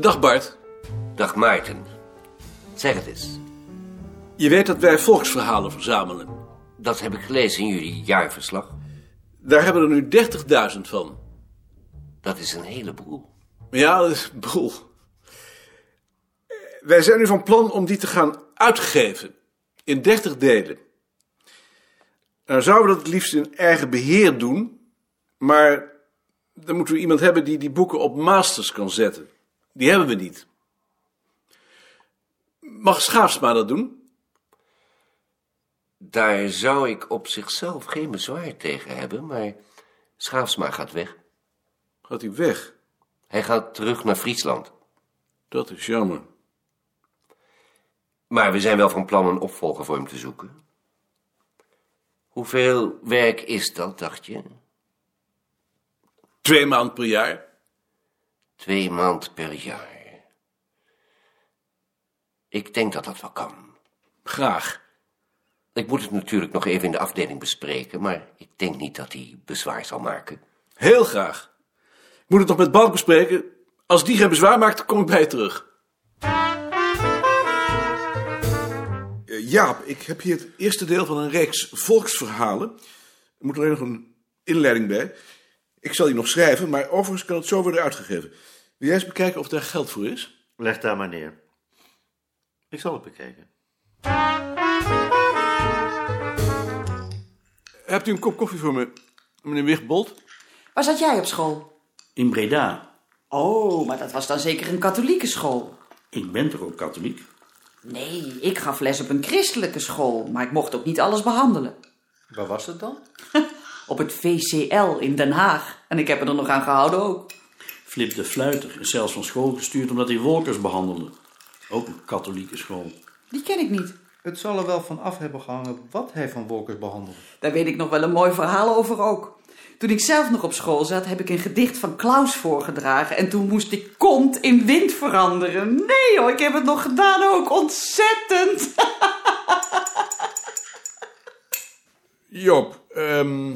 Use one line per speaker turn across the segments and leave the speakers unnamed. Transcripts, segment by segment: Dag Bart.
Dag Maarten. Zeg het eens.
Je weet dat wij volksverhalen verzamelen.
Dat heb ik gelezen in jullie jaarverslag.
Daar hebben we er nu 30.000 van.
Dat is een heleboel.
Ja, dat is een boel. Eh, Wij zijn nu van plan om die te gaan uitgeven. In 30 delen. Nou zouden we dat het liefst in eigen beheer doen. Maar dan moeten we iemand hebben die die boeken op masters kan zetten. Die hebben we niet. Mag Schaafsma dat doen?
Daar zou ik op zichzelf geen bezwaar tegen hebben, maar Schaafsma gaat weg.
Gaat hij weg?
Hij gaat terug naar Friesland.
Dat is jammer.
Maar we zijn wel van plan een opvolger voor hem te zoeken. Hoeveel werk is dat, dacht je?
Twee maanden per jaar.
Twee maand per jaar. Ik denk dat dat wel kan.
Graag.
Ik moet het natuurlijk nog even in de afdeling bespreken, maar ik denk niet dat hij bezwaar zal maken.
Heel graag. Ik moet het nog met Balk bespreken. Als die geen bezwaar maakt, kom ik bij je terug. Eh, Jaap, ik heb hier het eerste deel van een reeks volksverhalen. Er moet alleen nog een inleiding bij. Ik zal die nog schrijven, maar overigens kan het zo worden uitgegeven. Wil jij eens bekijken of daar geld voor is?
Leg daar maar neer. Ik zal het bekijken.
Hebt u een kop koffie voor me, meneer Wigbold?
Waar zat jij op school?
In Breda.
Oh, maar dat was dan zeker een katholieke school.
Ik ben toch ook katholiek?
Nee, ik gaf les op een christelijke school, maar ik mocht ook niet alles behandelen.
Waar was het dan?
Op het VCL in Den Haag. En ik heb er nog aan gehouden ook.
Flip de Fluiter is zelfs van school gestuurd omdat hij wolkers behandelde. Ook een katholieke school.
Die ken ik niet.
Het zal er wel van af hebben gehangen wat hij van Wolkers behandelde.
Daar weet ik nog wel een mooi verhaal over ook. Toen ik zelf nog op school zat, heb ik een gedicht van Klaus voorgedragen. En toen moest ik kont in wind veranderen. Nee hoor, ik heb het nog gedaan ook. Ontzettend.
Job, ehm,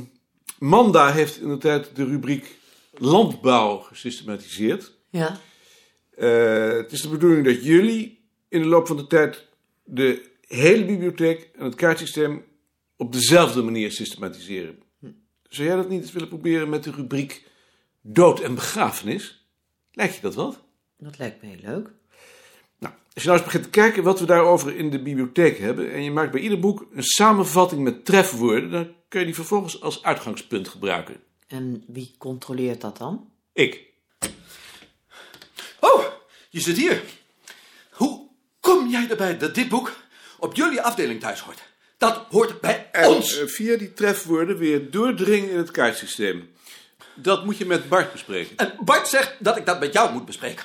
Manda heeft in de tijd de rubriek landbouw gesystematiseerd.
Ja,
Eh, het is de bedoeling dat jullie in de loop van de tijd de hele bibliotheek en het kaartsysteem op dezelfde manier systematiseren. Zou jij dat niet eens willen proberen met de rubriek dood en begrafenis? Lijkt je dat wat?
dat lijkt me heel leuk.
Nou, als je nou eens begint te kijken wat we daarover in de bibliotheek hebben en je maakt bij ieder boek een samenvatting met trefwoorden, dan kun je die vervolgens als uitgangspunt gebruiken.
En wie controleert dat dan?
Ik.
Oh, je zit hier. Hoe kom jij erbij dat dit boek op jullie afdeling thuis hoort? Dat hoort bij ons.
eh, via die trefwoorden weer doordringen in het kaartsysteem. Dat moet je met Bart bespreken.
En Bart zegt dat ik dat met jou moet bespreken.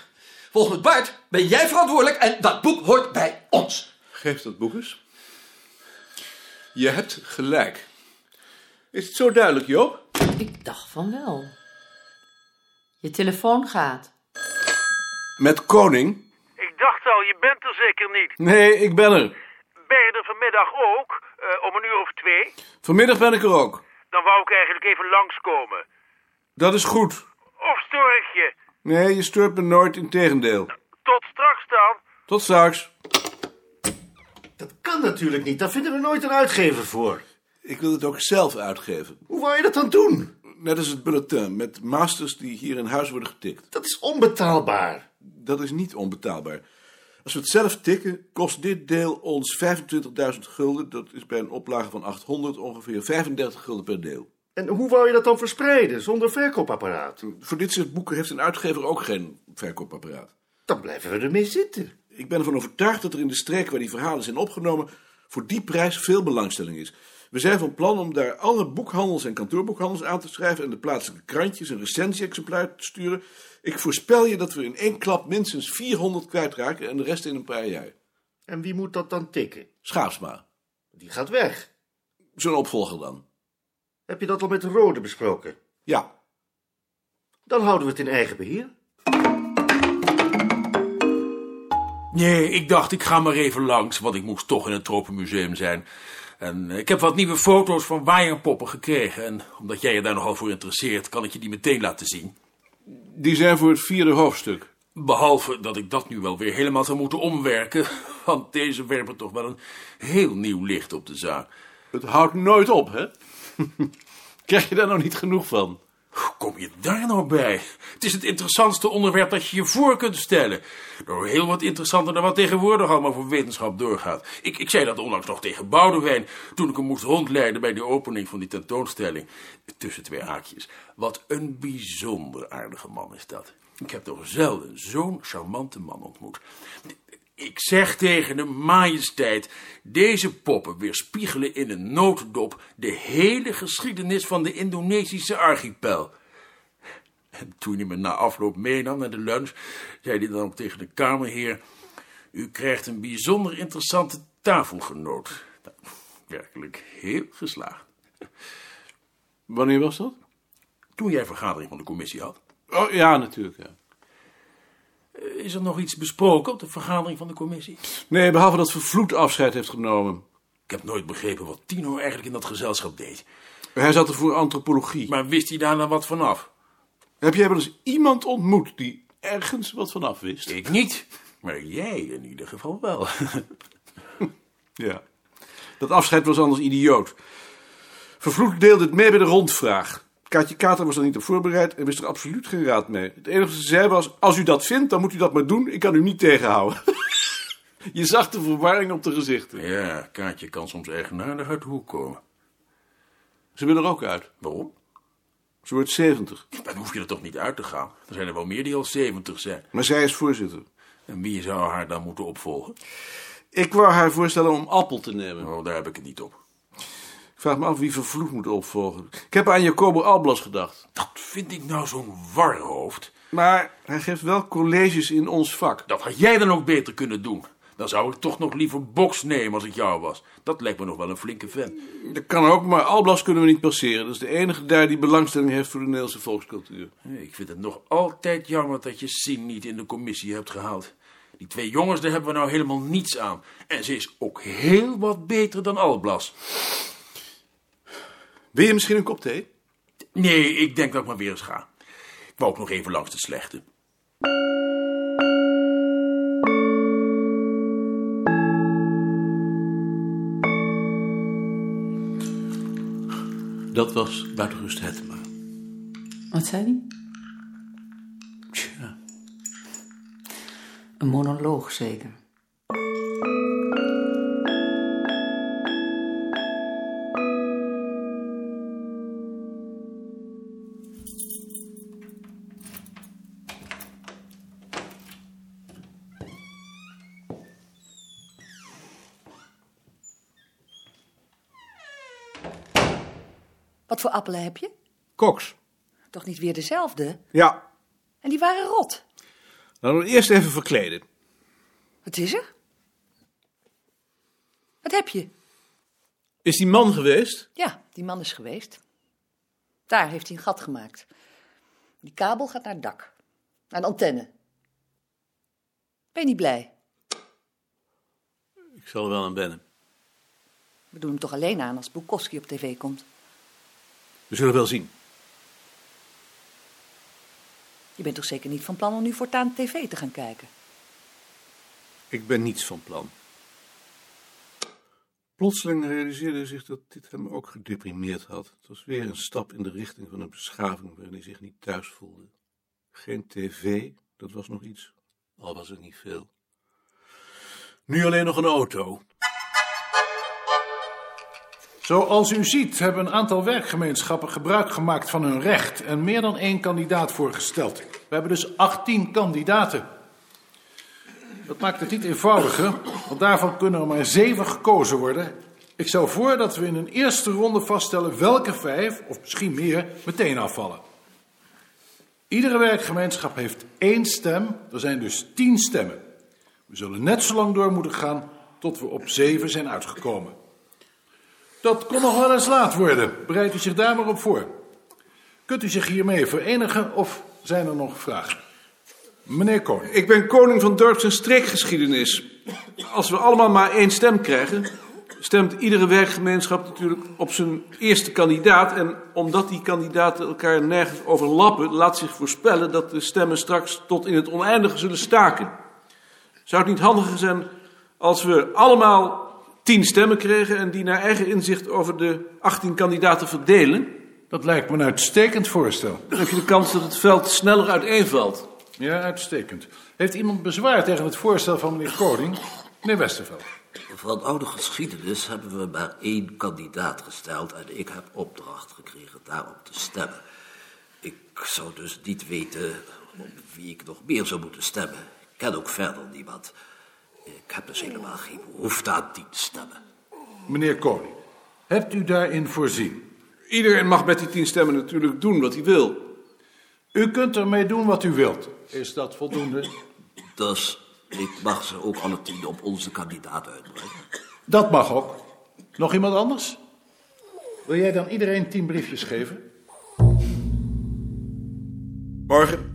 Volgens Bart ben jij verantwoordelijk en dat boek hoort bij ons.
Geef dat boek eens. Je hebt gelijk. Is het zo duidelijk, Joop?
Ik dacht van wel. Je telefoon gaat.
Met koning?
Ik dacht al, je bent er zeker niet.
Nee, ik ben er.
Ben je er vanmiddag ook, eh, om een uur of twee?
Vanmiddag ben ik er ook.
Dan wou ik eigenlijk even langskomen.
Dat is goed.
Of stoor ik je?
Nee, je stoort me nooit, integendeel.
Tot straks dan.
Tot straks.
Dat kan natuurlijk niet. Daar vinden we nooit een uitgever voor.
Ik wil het ook zelf uitgeven.
Hoe wou je dat dan doen?
Net als het bulletin, met masters die hier in huis worden getikt.
Dat is onbetaalbaar.
Dat is niet onbetaalbaar. Als we het zelf tikken, kost dit deel ons 25.000 gulden. Dat is bij een oplage van 800 ongeveer 35 gulden per deel.
En hoe wou je dat dan verspreiden zonder verkoopapparaat?
Voor dit soort boeken heeft een uitgever ook geen verkoopapparaat.
Dan blijven we ermee zitten.
Ik ben ervan overtuigd dat er in de streek waar die verhalen zijn opgenomen... voor die prijs veel belangstelling is. We zijn van plan om daar alle boekhandels en kantoorboekhandels aan te schrijven... en de plaatselijke krantjes een recensie-exemplaar te sturen. Ik voorspel je dat we in één klap minstens 400 kwijtraken... en de rest in een paar jaar.
En wie moet dat dan tikken?
Schaapsma.
Die gaat weg.
Zo'n opvolger dan.
Heb je dat al met de Rode besproken?
Ja.
Dan houden we het in eigen beheer.
Nee, ik dacht ik ga maar even langs, want ik moest toch in het Tropenmuseum zijn. En eh, ik heb wat nieuwe foto's van waaierpoppen gekregen. En omdat jij je daar nogal voor interesseert, kan ik je die meteen laten zien.
Die zijn voor het vierde hoofdstuk.
Behalve dat ik dat nu wel weer helemaal zou moeten omwerken, want deze werpen toch wel een heel nieuw licht op de zaak.
Het houdt nooit op, hè? Krijg je daar nou niet genoeg van?
Hoe kom je daar nou bij? Het is het interessantste onderwerp dat je je voor kunt stellen. Door heel wat interessanter dan wat tegenwoordig allemaal voor wetenschap doorgaat. Ik, ik zei dat onlangs nog tegen Boudewijn, toen ik hem moest rondleiden bij de opening van die tentoonstelling. Tussen twee haakjes. Wat een bijzonder aardige man is dat. Ik heb nog zelden zo'n charmante man ontmoet. Ik zeg tegen de majesteit, deze poppen weerspiegelen in een notendop de hele geschiedenis van de Indonesische archipel. En toen hij me na afloop meenam naar de lunch, zei hij dan ook tegen de kamerheer, u krijgt een bijzonder interessante tafelgenoot. Nou, werkelijk heel geslaagd.
Wanneer was dat?
Toen jij vergadering van de commissie had.
Oh, ja, natuurlijk, ja.
Is er nog iets besproken op de vergadering van de commissie?
Nee, behalve dat vervloed afscheid heeft genomen.
Ik heb nooit begrepen wat Tino eigenlijk in dat gezelschap deed.
Hij zat er voor antropologie.
Maar wist hij daar nou wat vanaf?
Heb jij wel eens iemand ontmoet die ergens wat vanaf wist?
Ik niet, maar jij in ieder geval wel.
ja, dat afscheid was anders idioot. Vervloed deelde het mee bij de rondvraag. Kaatje Kater was daar niet op voorbereid en wist er absoluut geen raad mee. Het enige wat ze zei was: Als u dat vindt, dan moet u dat maar doen. Ik kan u niet tegenhouden. Je zag de verwarring op de gezichten.
Ja, Kaatje kan soms eigenaardig uit de hoek komen.
Ze wil er ook uit.
Waarom?
Ze wordt 70.
Dan hoef je er toch niet uit te gaan? Er zijn er wel meer die al 70 zijn.
Maar zij is voorzitter.
En wie zou haar dan moeten opvolgen?
Ik wou haar voorstellen om appel te nemen.
Oh, daar heb ik het niet op.
Ik vraag me af wie vervloed moet opvolgen. Ik heb aan Jacobo Alblas gedacht.
Dat vind ik nou zo'n warhoofd.
Maar hij geeft wel colleges in ons vak.
Dat had jij dan ook beter kunnen doen. Dan zou ik toch nog liever boks nemen als ik jou was. Dat lijkt me nog wel een flinke vent.
Dat kan ook, maar Alblas kunnen we niet passeren. Dat is de enige daar die belangstelling heeft voor de Nederlandse volkscultuur.
Ik vind het nog altijd jammer dat je Sien niet in de commissie hebt gehaald. Die twee jongens, daar hebben we nou helemaal niets aan. En ze is ook heel wat beter dan Alblas.
Wil je misschien een kop thee?
Nee, ik denk dat ik maar weer eens ga. Ik wou ook nog even langs de slechte.
Dat was buitenrust Hetma.
Wat zei hij?
Tja.
Een monoloog zeker.
Wat voor appelen heb je?
Koks.
Toch niet weer dezelfde?
Ja.
En die waren rot.
Laten we eerst even verkleden.
Wat is er? Wat heb je?
Is die man geweest?
Ja, die man is geweest. Daar heeft hij een gat gemaakt. Die kabel gaat naar het dak. Naar de antenne. Ben je niet blij?
Ik zal er wel aan wennen.
We doen hem toch alleen aan als Bukowski op tv komt.
We zullen wel zien.
Je bent toch zeker niet van plan om nu voortaan tv te gaan kijken?
Ik ben niets van plan. Plotseling realiseerde hij zich dat dit hem ook gedeprimeerd had. Het was weer een stap in de richting van een beschaving waarin hij zich niet thuis voelde. Geen tv, dat was nog iets, al was het niet veel. Nu alleen nog een auto.
Zoals u ziet hebben een aantal werkgemeenschappen gebruik gemaakt van hun recht en meer dan één kandidaat voorgesteld. We hebben dus 18 kandidaten. Dat maakt het niet eenvoudiger, want daarvan kunnen er maar zeven gekozen worden. Ik stel voor dat we in een eerste ronde vaststellen welke vijf, of misschien meer, meteen afvallen. Iedere werkgemeenschap heeft één stem, er zijn dus tien stemmen. We zullen net zo lang door moeten gaan tot we op zeven zijn uitgekomen. Dat kon nog wel eens laat worden. Bereidt u zich daar maar op voor. Kunt u zich hiermee verenigen of zijn er nog vragen? Meneer Koning.
Ik ben koning van dorps- en streekgeschiedenis. Als we allemaal maar één stem krijgen, stemt iedere werkgemeenschap natuurlijk op zijn eerste kandidaat. En omdat die kandidaten elkaar nergens overlappen, laat zich voorspellen dat de stemmen straks tot in het oneindige zullen staken. Zou het niet handiger zijn als we allemaal tien stemmen kregen en die naar eigen inzicht over de 18 kandidaten verdelen?
Dat lijkt me een uitstekend voorstel.
Dan heb je de kans dat het veld sneller uiteenvalt.
Ja, uitstekend. Heeft iemand bezwaar tegen het voorstel van meneer Koning? Meneer Westerveld.
Van oude geschiedenis hebben we maar één kandidaat gesteld en ik heb opdracht gekregen daarop te stemmen. Ik zou dus niet weten op wie ik nog meer zou moeten stemmen. Ik ken ook verder niemand. Ik heb dus helemaal geen behoefte aan tien stemmen.
Meneer Koning, hebt u daarin voorzien?
Iedereen mag met die tien stemmen natuurlijk doen wat hij wil.
U kunt ermee doen wat u wilt. Is dat voldoende?
Dus ik mag ze ook alle tien op onze kandidaat uitbrengen.
Dat mag ook. Nog iemand anders? Wil jij dan iedereen tien briefjes geven?
Morgen.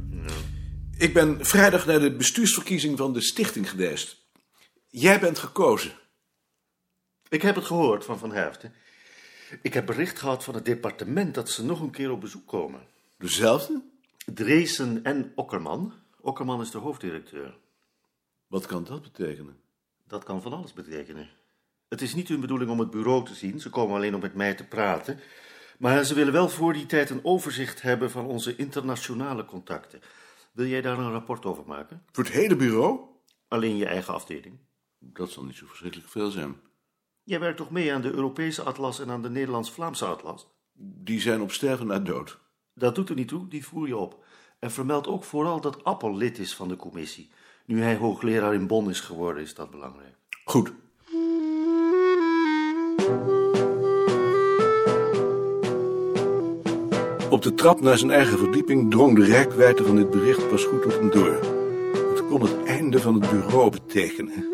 Ik ben vrijdag naar de bestuursverkiezing van de stichting geweest. Jij bent gekozen.
Ik heb het gehoord van Van Herften. Ik heb bericht gehad van het departement dat ze nog een keer op bezoek komen.
Dezelfde?
Dreesen en Okkerman. Okkerman is de hoofddirecteur.
Wat kan dat betekenen?
Dat kan van alles betekenen. Het is niet hun bedoeling om het bureau te zien. Ze komen alleen om met mij te praten. Maar ze willen wel voor die tijd een overzicht hebben van onze internationale contacten. Wil jij daar een rapport over maken?
Voor het hele bureau?
Alleen je eigen afdeling.
Dat zal niet zo verschrikkelijk veel zijn.
Jij werkt toch mee aan de Europese atlas en aan de Nederlands-Vlaamse atlas?
Die zijn op sterven na dood.
Dat doet er niet toe, die voer je op. En vermeld ook vooral dat Appel lid is van de commissie. Nu hij hoogleraar in Bonn is geworden, is dat belangrijk.
Goed. Op de trap naar zijn eigen verdieping drong de reikwijdte van dit bericht pas goed tot hem door. Het kon het einde van het bureau betekenen.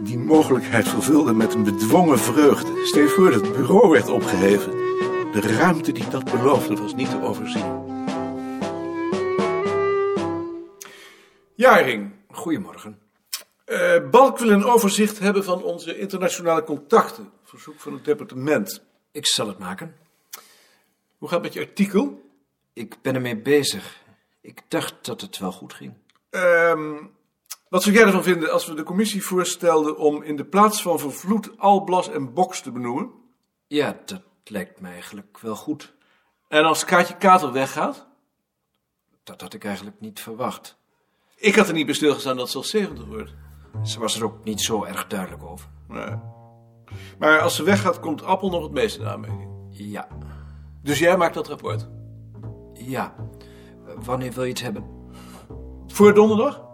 Die mogelijkheid vervulde met een bedwongen vreugde. Stel je voor dat het bureau werd opgeheven. De ruimte die dat beloofde was niet te overzien.
Jaring,
Goedemorgen.
eh, Balk wil een overzicht hebben van onze internationale contacten. Verzoek van het departement.
Ik zal het maken.
Hoe gaat het met je artikel?
Ik ben ermee bezig. Ik dacht dat het wel goed ging.
Ehm, wat zou jij ervan vinden als we de commissie voorstelden om in de plaats van Vervloed Alblas en Boks te benoemen?
Ja, dat lijkt me eigenlijk wel goed.
En als Kaatje Kater weggaat?
Dat had ik eigenlijk niet verwacht.
Ik had er niet bij stilgestaan dat ze al 70 wordt.
Ze was er ook niet zo erg duidelijk over.
Nee. Maar als ze weggaat, komt Appel nog het meest in aanmerking.
Ja,
Dus jij maakt dat rapport.
ja. Eh, Wanneer wil je het hebben?
Voor donderdag?